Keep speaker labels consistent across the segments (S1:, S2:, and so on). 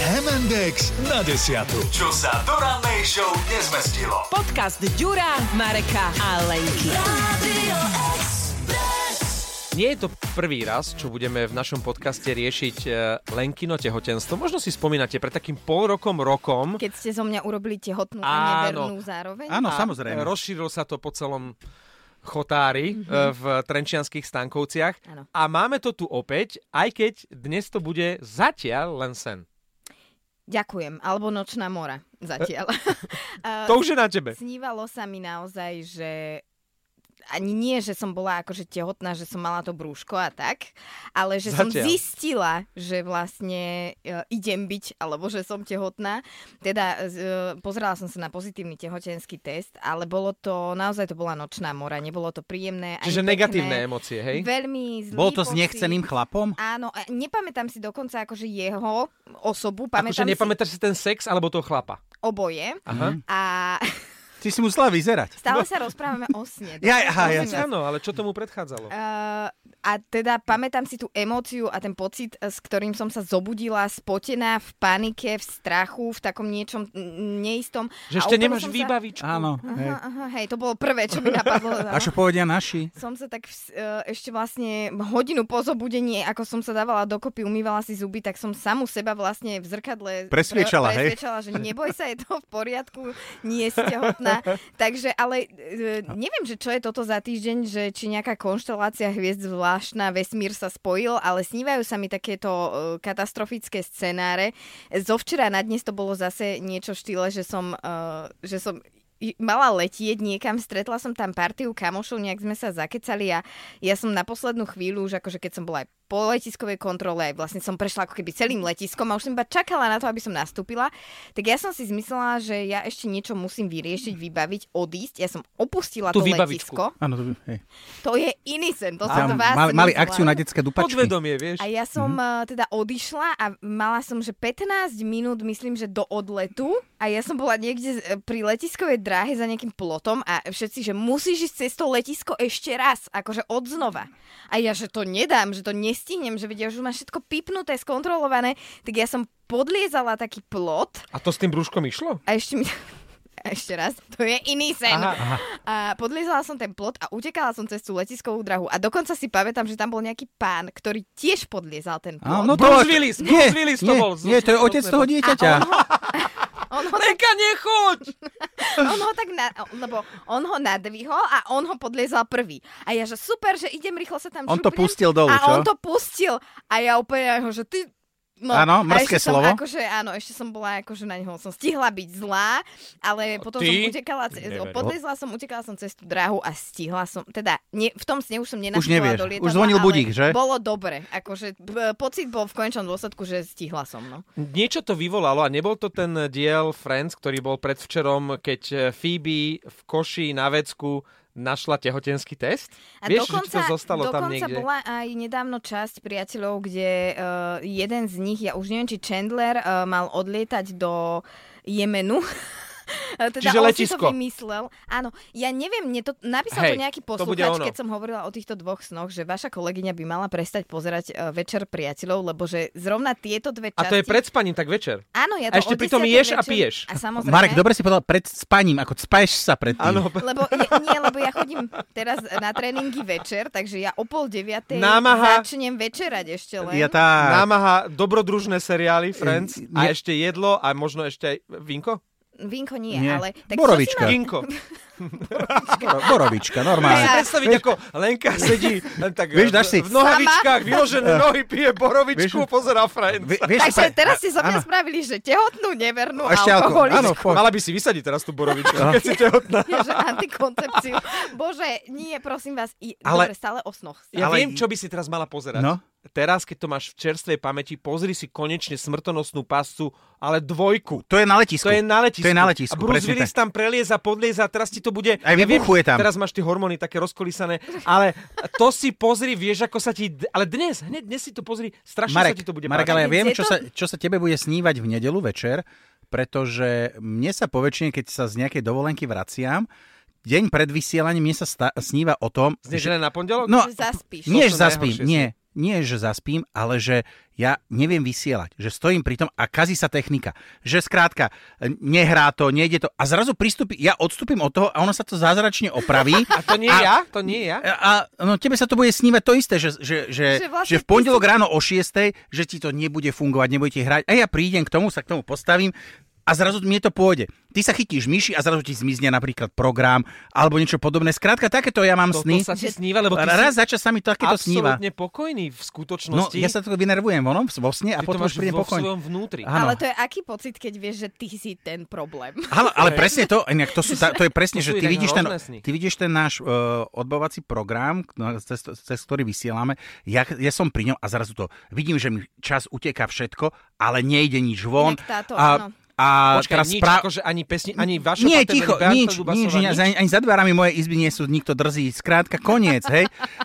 S1: Index na desiatu. Čo sa do rannej show nezmestilo.
S2: Podcast Ďura, Mareka a Lenky.
S3: Nie je to prvý raz, čo budeme v našom podcaste riešiť eh, Lenkino tehotenstvo. Možno si spomínate, pred takým pol rokom, rokom
S4: Keď ste zo mňa urobili tehotnú a
S3: Áno.
S4: nevernú zároveň?
S5: Áno,
S3: A
S5: samozrejme.
S3: Rozšírilo sa to po celom chotári mm-hmm. v Trenčianských Stankovciach.
S4: Mhm. Áno.
S3: A máme to tu opäť, aj keď dnes to bude zatiaľ len sen.
S4: Ďakujem. Alebo Nočná mora zatiaľ.
S3: Eh,
S4: A
S3: To už je na tebe.
S4: Snívalo sa mi naozaj, že ani nie, že som bola akože tehotná, že som mala to brúško a tak, ale že som
S3: Zatiaľ.
S4: zistila, že vlastne e, idem byť, alebo že som tehotná. Teda e, pozerala som sa na pozitívny tehotenský test, ale bolo to, naozaj to bola nočná mora, nebolo to príjemné. ani
S3: Čiže
S4: pekné.
S3: negatívne emócie, hej?
S4: Veľmi zlý
S5: Bol to s
S4: pocit.
S5: nechceným chlapom?
S4: Áno, a nepamätám si dokonca akože jeho osobu,
S3: Akože
S4: pamätám si
S3: nepamätáš si ten sex alebo toho chlapa.
S4: oboje
S3: Aha.
S4: a
S5: Ty si musela vyzerať.
S4: stále sa rozprávame o sne.
S5: Ja, aha, ja,
S3: Veď áno, ale čo tomu predchádzalo?
S4: Uh, a teda pamätám si tú emóciu a ten pocit, eh, s ktorým som sa zobudila spotená, v panike, v strachu, v takom niečom mm, neistom.
S3: Že
S4: A
S3: ešte
S4: úplne
S3: nemáš
S4: som sa-
S3: výbavičku.
S5: áno. Hej.
S4: Aha, aha, hej, to bolo prvé, čo mi napadlo. no.
S5: A čo povedia naši?
S4: som sa tak vs- e, ešte vlastne hodinu po zobudení, ako som sa dávala dokopy, umývala si zuby, tak som samu seba vlastne v zrkadle
S5: Presviečala, hej?
S4: presviečala že neboj sa, je to v poriadku, nie ste hotná. Takže, ale e, neviem, že čo je toto za týždeň, že či nejaká konštelácia hviezd zvláštna, vesmír sa spojil, ale snívajú sa mi takéto e, katastrofické scenáre. Zo včera na dnes to bolo zase niečo v štýle, že som, e, že som i- mala letieť niekam, stretla som tam partiu kamošov, nejak sme sa zakecali a ja som na poslednú chvíľu, už akože keď som bola aj po letiskovej kontrole, aj vlastne som prešla ako keby celým letiskom a už som iba čakala na to, aby som nastúpila, tak ja som si zmyslela, že ja ešte niečo musím vyriešiť, vybaviť, odísť. Ja som opustila
S3: Tú
S4: to
S3: vybavičku.
S4: letisko.
S5: Áno, to by, hej.
S4: To je iný sen, to som do
S5: Tam
S4: vás
S5: mali, mali
S4: myslela.
S5: akciu na detské dupačky.
S3: Podvedomie, vieš.
S4: A ja som
S3: Mhm.
S4: mm teda odišla a mala som, že 15 minút, myslím, že do odletu a ja som bola niekde eh, pri letiskovej dráhe za nejakým plotom a všetci, že musíš ísť cez to letisko ešte raz, akože odznova. A ja, že to nedám, že to nestihnem, že vedia, že už má všetko pipnuté, skontrolované, tak ja som podliezala taký plot
S3: A to s tým brúškom išlo?
S4: a ešte mi... A ešte raz, to je iný sen.
S3: Aha,
S4: A podliezala som ten plot a utekala som cez tú letiskovú drahu. A dokonca si pamätám, že tam bol nejaký pán, ktorý tiež podliezal ten plot.
S5: Áno,
S3: Bruce
S5: ak-
S3: Willis,
S5: nie,
S3: Bruce Willis to
S5: nie,
S3: bol.
S5: Nie, to je otec toho dieťaťa.
S4: On ho,
S3: Lenka, nechoď!
S4: on ho tak, na, lebo on ho nadvihol a on ho podliezal prvý. A ja, že super, že idem rýchlo sa tam
S5: On to
S4: šupnem.
S5: pustil dolu,
S4: A
S5: čo?
S4: on to pustil. A ja úplne na neho, že ty... No, a
S5: Áno, mrzké
S4: ešte som
S5: slovo.
S4: Akože, áno, ešte som bola, akože na neho som stihla byť zlá, ale potom
S3: ty?
S4: som utekala, ce-
S3: Neveril.
S4: podliezla som, utekala som cez tú dráhu a stihla som, teda nie, v tom sne už som nenastúpila
S5: nevieš.
S4: do lietadla,
S5: Už zvonil
S4: ale
S5: budík, že?
S4: Bolo dobre, akože b- pocit bol v konečnom dôsledku, že stihla som, no.
S3: Niečo to vyvolalo a nebol to ten diel Friends, ktorý bol predvčerom, keď eh, Phoebe v koši na vecku našla tehotenský test?
S4: A
S3: Vieš, že ti
S4: dokonca,
S3: to zostalo tam
S4: dokonca
S3: niekde?
S4: bola aj nedávno časť priateľov, kde uh, jeden z nich, ja už neviem, či Chandler uh, mal odlietať do Jemenu.
S3: Čiže
S4: teda on si
S3: letisko.
S4: to vymyslel. Áno, ja neviem, mne to, napísal
S3: Hej,
S4: to nejaký
S3: to bude
S4: poslucháč,
S3: ono.
S4: keď som hovorila o týchto dvoch snoch, že vaša kolegyňa by mala prestať pozerať uh, Večer priateľov, lebo že zrovna tieto dve
S3: A
S4: časti...
S3: to je pred spaním, tak večer.
S4: Áno,
S3: A
S4: ja to
S3: ešte
S4: o
S3: pritom
S4: 10.
S3: ješ a
S4: večer-
S3: piješ.
S4: A samozrejme...
S5: Marek, dobre si povedal, pred spaním, ako spáješ sa pred tým.
S3: Áno,
S4: Lebo je, nie, lebo ja chodím teraz na tréningy večer, takže ja o pol deviatej
S3: Námaha.
S4: začnem večerať ešte len.
S5: Ja tá...
S3: Námaha, dobrodružné seriály Friends a
S5: Eh, Ne-
S3: ešte jedlo a možno ešte aj vinko?
S4: Vinko nie,
S5: Nie.
S4: ale... Tak
S5: Borovička.
S4: čo si
S3: Ginko.
S5: Boro- Borovička,
S3: Máš si
S5: normálne.
S3: predstaviť, ako Lenka sedí len tak
S5: Vieš, dáš si- Eh.
S3: v nohavičkách, vyložené nohy, pije borovičku,
S5: Vieš-
S3: pozerá Friends.
S5: Vie-
S4: ma-
S5: vieš si
S4: Takže
S5: pre-
S4: teraz ste so mňa
S5: áno.
S4: spravili, že tehotnú, nevernú,
S5: A ešte alkohol, áno, No.
S4: alkoholičku.
S5: poď.
S3: Mala by si vysadiť teraz tú borovičku, keď si tehotná.
S4: Že antikoncepciu. Bože, nie, prosím vás. I,
S3: Ale-
S4: Dobre, stále o snoch.
S3: Ja
S5: Ale-
S3: viem, čo by si teraz mala pozerať.
S5: No.
S3: Teraz, keď to máš v čerstvej pamäti, pozri si konečne smrtonosnú pascu, ale dvojku.
S5: To je na letisku.
S3: To je na letisku.
S5: To je na letisku,
S3: A Bruce
S5: presne
S3: Willis
S5: tak.
S3: tam prelieza, podlieza, teraz ti to bude...
S5: Aj
S3: ja viem,
S5: vybuchuje tam.
S3: Teraz máš tie hormóny také rozkolísané, ale to si pozri, vieš, ako sa ti... d- Ale dnes, hneď dnes si to pozri, strašne
S5: Marek,
S3: sa ti to bude
S5: Marek
S3: páčiť.
S5: ale ja viem,
S4: Kde
S5: čo
S4: to-
S5: sa, čo sa tebe bude snívať v nedelu večer, pretože mne sa poväčšine, keď sa z nejakej dovolenky vraciam, deň pred vysielaním mne sa sta- sníva o tom,
S3: Z nedele na pondelok?
S5: No,
S4: Že zaspíš.
S3: To sú
S5: nie, že zaspím,
S3: najhoršie
S5: nie. nie že zaspím, ale že ja neviem vysielať, že stojím pri tom a kazí sa technika, že skrátka e, nehrá to, nejde to a zrazu pristúpi, ja odstúpim od toho a ono sa to zázračne opraví.
S3: A to nie
S5: A-
S3: ja? To nie ja?
S5: A, a no, tebe sa to bude snívať to isté, že, že, že, že,
S4: Že vlastne
S5: že v
S4: ty
S5: pondelok ráno o 6, že ti to nebude fungovať, nebudete hrať. A ja prídem k tomu, sa k tomu postavím a zrazu mne to pôjde. Ty sa chytíš myši a zrazu ti zmizne napríklad program alebo niečo podobné. Skrátka, takéto ja mám
S3: Toto
S5: sny.
S3: sa ti sníva, lebo ty
S5: Raz
S3: si
S5: za čas sa mi takéto sníva.
S3: absolútne pokojný v
S5: No,
S3: skutočnosti.
S5: ja sa to vynervujem vonom, vo sne a
S3: Ty to
S5: potom
S3: máš
S5: už prídem
S3: vo
S5: pokojne.
S3: svojom vnútri.
S5: Áno.
S4: Ale to je aký pocit, keď vieš, že ty si ten problém?
S5: Áno, ale presne to, inak to, sú, tá- to je presne,
S3: To
S5: že
S3: sú
S5: ty
S3: inak
S5: vidíš, ten,
S3: hrozné sny.
S5: ty vidíš ten náš uh, odbavovací program, no, cez, cez ktorý vysielame, ja, ja som pri ňom a zrazu to vidím, že mi čas uteká všetko, ale nejde nič von.
S4: Inak táto, áno.
S5: a, a
S3: Počkaj,
S5: teraz
S3: nič,
S5: správ-
S3: akože ani pesni, ani vaša
S5: nie,
S3: Pater
S5: ticho,
S3: Bertoldu
S5: nič,
S3: Basová,
S5: nič, nič, ani, ani za dverami mojej izby nie sú nikto drzí. Skrátka, koniec, hej.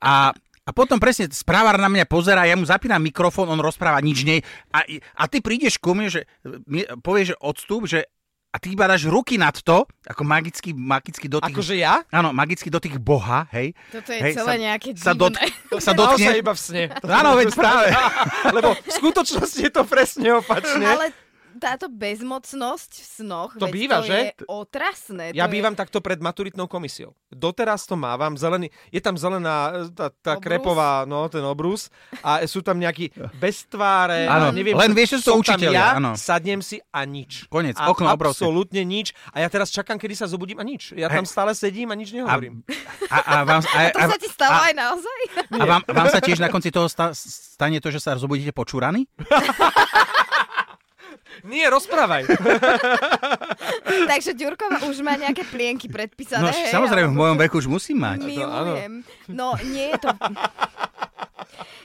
S5: A, a potom presne správár na mňa pozera, ja mu zapínam mikrofón, on rozpráva nič nej. A, a ty prídeš ku mne, že mi, povieš, že odstup, že a ty iba dáš ruky nad to, ako magicky, magicky do tých...
S3: Akože ja?
S5: Áno, magicky do tých boha, hej.
S4: Toto je
S5: hej,
S4: celé nejaké
S5: sa, dot,
S4: divné.
S5: sa
S3: Naozaj
S5: dotkne.
S3: iba v sne.
S5: Áno, veď práve.
S3: Lebo v skutočnosti je to presne opačne.
S4: Ale táto bezmocnosť v snoch,
S3: To
S4: veď
S3: býva, že?
S4: to je otrasné.
S3: Ja
S4: to
S3: bývam
S4: je...
S3: takto pred maturitnou komisiou. Doteraz to mávam, zelený, je tam zelená e, tá, tá
S4: Obrus?
S3: krepová, no, ten obrus a sú tam nejakí bez tváre,
S5: Áno,
S3: neviem,
S5: len vieš, že
S3: som
S5: sú učitelia,
S3: tam ja,
S5: áno.
S3: sadnem si a nič.
S5: Konec,
S3: a
S5: okno obrovské.
S3: absolútne nič a ja teraz čakám, kedy sa zobudím a nič. Ja tam stále sedím a nič
S5: A,
S3: nehovorím.
S5: a, a, vám, a,
S4: To sa ti stalo
S5: a,
S4: aj naozaj?
S5: a vám, vám sa tiež na konci toho sta, stane to, že sa zobudíte počúraní?
S3: Nie, rozprávaj.
S4: Takže Ďurkova už má nejaké plienky predpísané.
S5: No
S4: hej,
S5: samozrejme, v
S4: alebo-
S5: mojom veku už musím mať.
S4: Milujem. No, nie je to...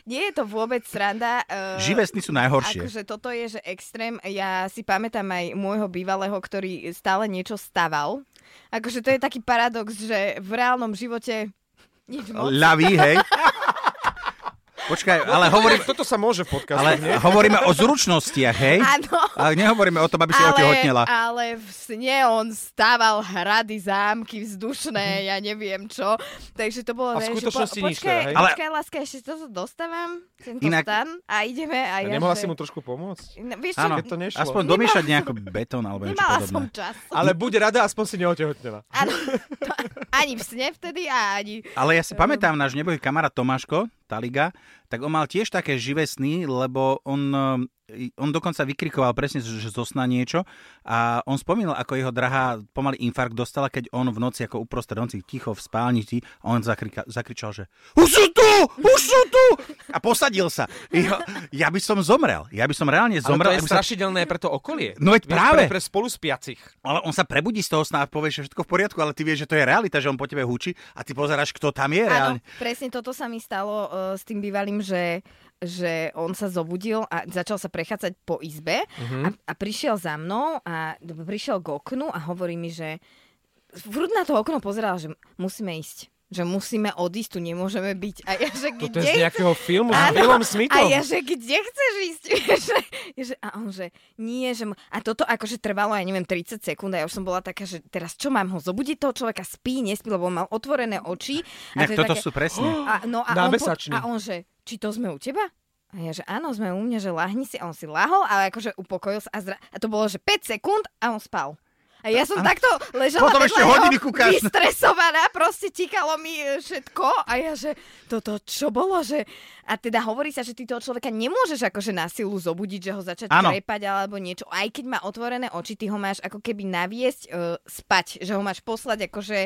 S4: Nie je to vôbec sranda. eh,
S5: Živé sny sú najhoršie.
S4: Akože toto je, že extrém. Ja si pamätám aj môjho bývalého, ktorý stále niečo staval. Akože to je taký paradox, že v reálnom živote nič moc.
S5: Ľavý, hej. Počkaj, ale, hovorím,
S3: Toto sa môže v podcastu,
S5: ale
S3: nie?
S5: hovoríme o zručnostiach, hej?
S4: Áno.
S5: Ale nehovoríme o tom, aby si otehotnela.
S4: ale v sne on stával hrady, zámky
S5: Mhm.
S4: vzdušné, ja neviem čo. Takže to bolo...
S3: A v
S4: ne, že
S3: skutočnosti
S4: po,
S3: nič
S4: počkaj,
S3: teda, hej?
S5: Ale-
S4: počkaj, láska, ešte toto dostávam, tento Inak...
S5: Inak-
S4: stan a ideme. A ja,
S3: Nemohla
S4: že...
S3: si mu trošku pomôcť?
S4: No, vieš čo,
S5: Áno,
S3: Keď to nešlo.
S5: aspoň domiešať nejako betón alebo niečo
S4: nemala som
S5: podobné.
S4: čas.
S3: Ale buď rada, aspoň si neotehotnela.
S4: Áno, to, ani v sne vtedy a ani...
S5: Ale ja si pamätám, náš nebohý kamarát Tomáško, Taliga, tak on mal tiež také živé sny, lebo on, eh, on dokonca vykrikoval presne že zo sna niečo a on spomínal, ako jeho drahá pomaly infarkt dostala, keď on v noci ako uprostred noci ticho v spálni ti- a on zakrika, zakričal, že už sú tu, už sú tu a posadil sa. Ja, ja by som zomrel, ja by som reálne zomrel.
S3: ale to
S5: ja by
S3: je
S5: som-
S3: strašidelné pre to okolie.
S5: No veď
S3: Vieš,
S5: práve.
S3: Pre, pre spoluspiacich.
S5: ale on sa prebudí z toho sna a povie, že všetko v poriadku, ale ty vieš, že to je realita, že on po tebe hučí a ty pozeráš, kto tam je reálne.
S4: Áno, presne toto sa mi stalo uh, s tým bývalým, že že on sa zobudil a začal sa prechádzať po izbe
S3: Mhm.
S4: uh-huh. a, a prišiel za mnou a d- prišiel k oknu a hovorí mi, že vrúd na to okno pozeral, že musíme ísť, že musíme odísť, tu nemôžeme byť. A ja, že
S3: Toto
S4: kde
S3: je z nejakého filmu s
S4: Áno.
S3: Billom
S4: A
S3: Smithom.
S4: ja, že kde chceš ísť? Že, že, a on, že nie, že... mu- A toto akože trvalo, ja neviem, 30 sekúnd a ja už som bola taká, že teraz čo mám ho zobudiť? Toho človeka spí, nespí, lebo on mal otvorené oči. A
S5: Inak
S4: to je
S5: toto
S4: také,
S5: sú presne.
S4: a, no, a,
S3: Na
S4: on, po-
S3: mesačný.
S4: a on, že či to sme u teba? A ja, že áno, sme u mňa, že lahni si. A on si lahol, ale akože upokojil sa. A, zra... a to bolo, že 5 sekúnd a on spal. A ja som takto ležala
S5: Potom
S4: vedľa
S5: ešte
S4: neho,
S5: hodiny kúkaš.
S4: vystresovaná, proste tikalo mi e, všetko a ja, že toto čo bolo, že... A teda hovorí sa, že ty toho človeka nemôžeš akože na silu zobudiť, že ho začať
S5: Áno.
S4: krepať alebo niečo. Aj keď má otvorené oči, ty ho máš ako keby naviesť uh, spať, že ho máš poslať akože,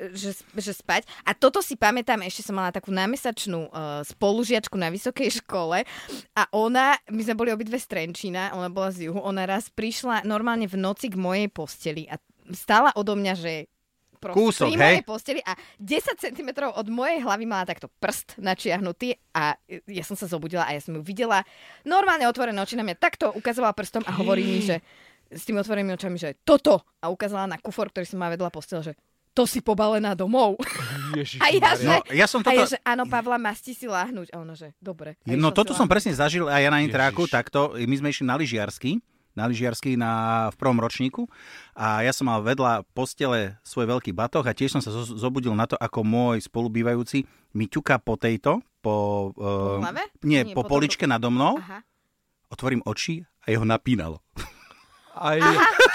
S4: e, že, že spať. A toto si pamätám, ešte som mala takú námesačnú uh, spolužiačku na vysokej škole a ona, my sme boli obidve z Trenčína, ona bola z juhu, ona raz prišla normálne v noci k mojej posteli a stála odo mňa, že proste
S5: Kúsok,
S4: pri
S5: hej?
S4: mojej posteli a 10 cm od mojej hlavy mala takto prst načiahnutý a ja som sa zobudila a ja som ju videla normálne otvorené oči na mňa takto ukazovala prstom a hovorí mi, že s tými otvorenými očami, že toto a ukázala na kufor, ktorý som má vedľa postele, že to si pobalená domov.
S3: Ježiš,
S4: A ja, že,
S5: No, ja som
S4: a ja, že
S5: toto...
S4: áno, Pavla, má si si láhnuť. A ona, že dobre. A išla
S5: No toto
S4: si
S5: som
S4: láhnuť.
S5: presne zažil aj ja na intráku,
S3: Ježiš.
S5: takto, my sme išli na lyžiarsky, na lyžiarsky na, v prvom ročníku a ja som mal vedľa postele svoj veľký batoh a tiež som sa zo- zobudil na to, ako môj spolubývajúci mi ťuka po tejto, po... eh,
S4: hlave?
S5: nie,
S4: Nie,
S5: po
S4: po
S5: poličke nado mnou,
S4: Aha.
S5: otvorím oči a jeho napínalo. No,
S3: Aj...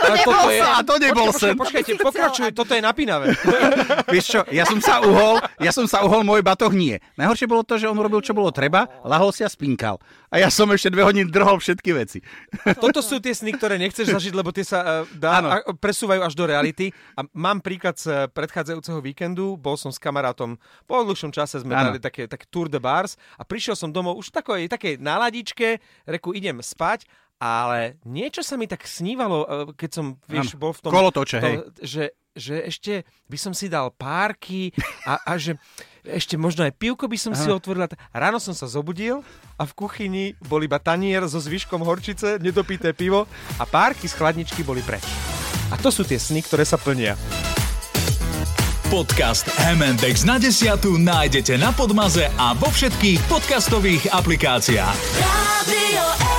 S4: To nebol
S3: je-
S4: sen.
S5: A to nebol
S3: Počkaj,
S5: sen.
S3: počkajte,
S4: To si chcel,
S3: pokračuj,
S4: aby-
S3: toto je napínavé.
S5: Vieš čo, ja som sa uhol, ja som sa uhol, môj batoh nie. Najhoršie bolo to, že on robil, čo bolo treba, lahol si a spinkal. A ja som ešte dve hodiny drhol všetky veci.
S3: Toto sú tie sny, ktoré nechceš zažiť, lebo tie sa eh, dá,
S5: Áno.
S3: a, presúvajú až do reality. A mám príklad z eh, predchádzajúceho víkendu. Bol som s kamarátom, po dlhšom čase sme
S5: Áno.
S3: dali také, také tour de bars a prišiel som domov už v takej, takej náladičke, reku idem spať, ale niečo sa mi tak snívalo, eh, keď som, vieš,
S5: Áno.
S3: bol v tom...
S5: Kolotoče,
S3: to-
S5: hej.
S3: Že, že ešte by som si dal párky a, a že ešte možno aj pivko by som si otvorila. Ráno som sa zobudil a v kuchyni bol iba tanier so zvyškom horčice, nedopité pivo a párky z chladničky boli preč. A to sú tie sny, ktoré sa plnia.
S1: Podcast M&X na desiatu nájdete na Podmaze a vo všetkých podcastových aplikáciách.
S6: Radio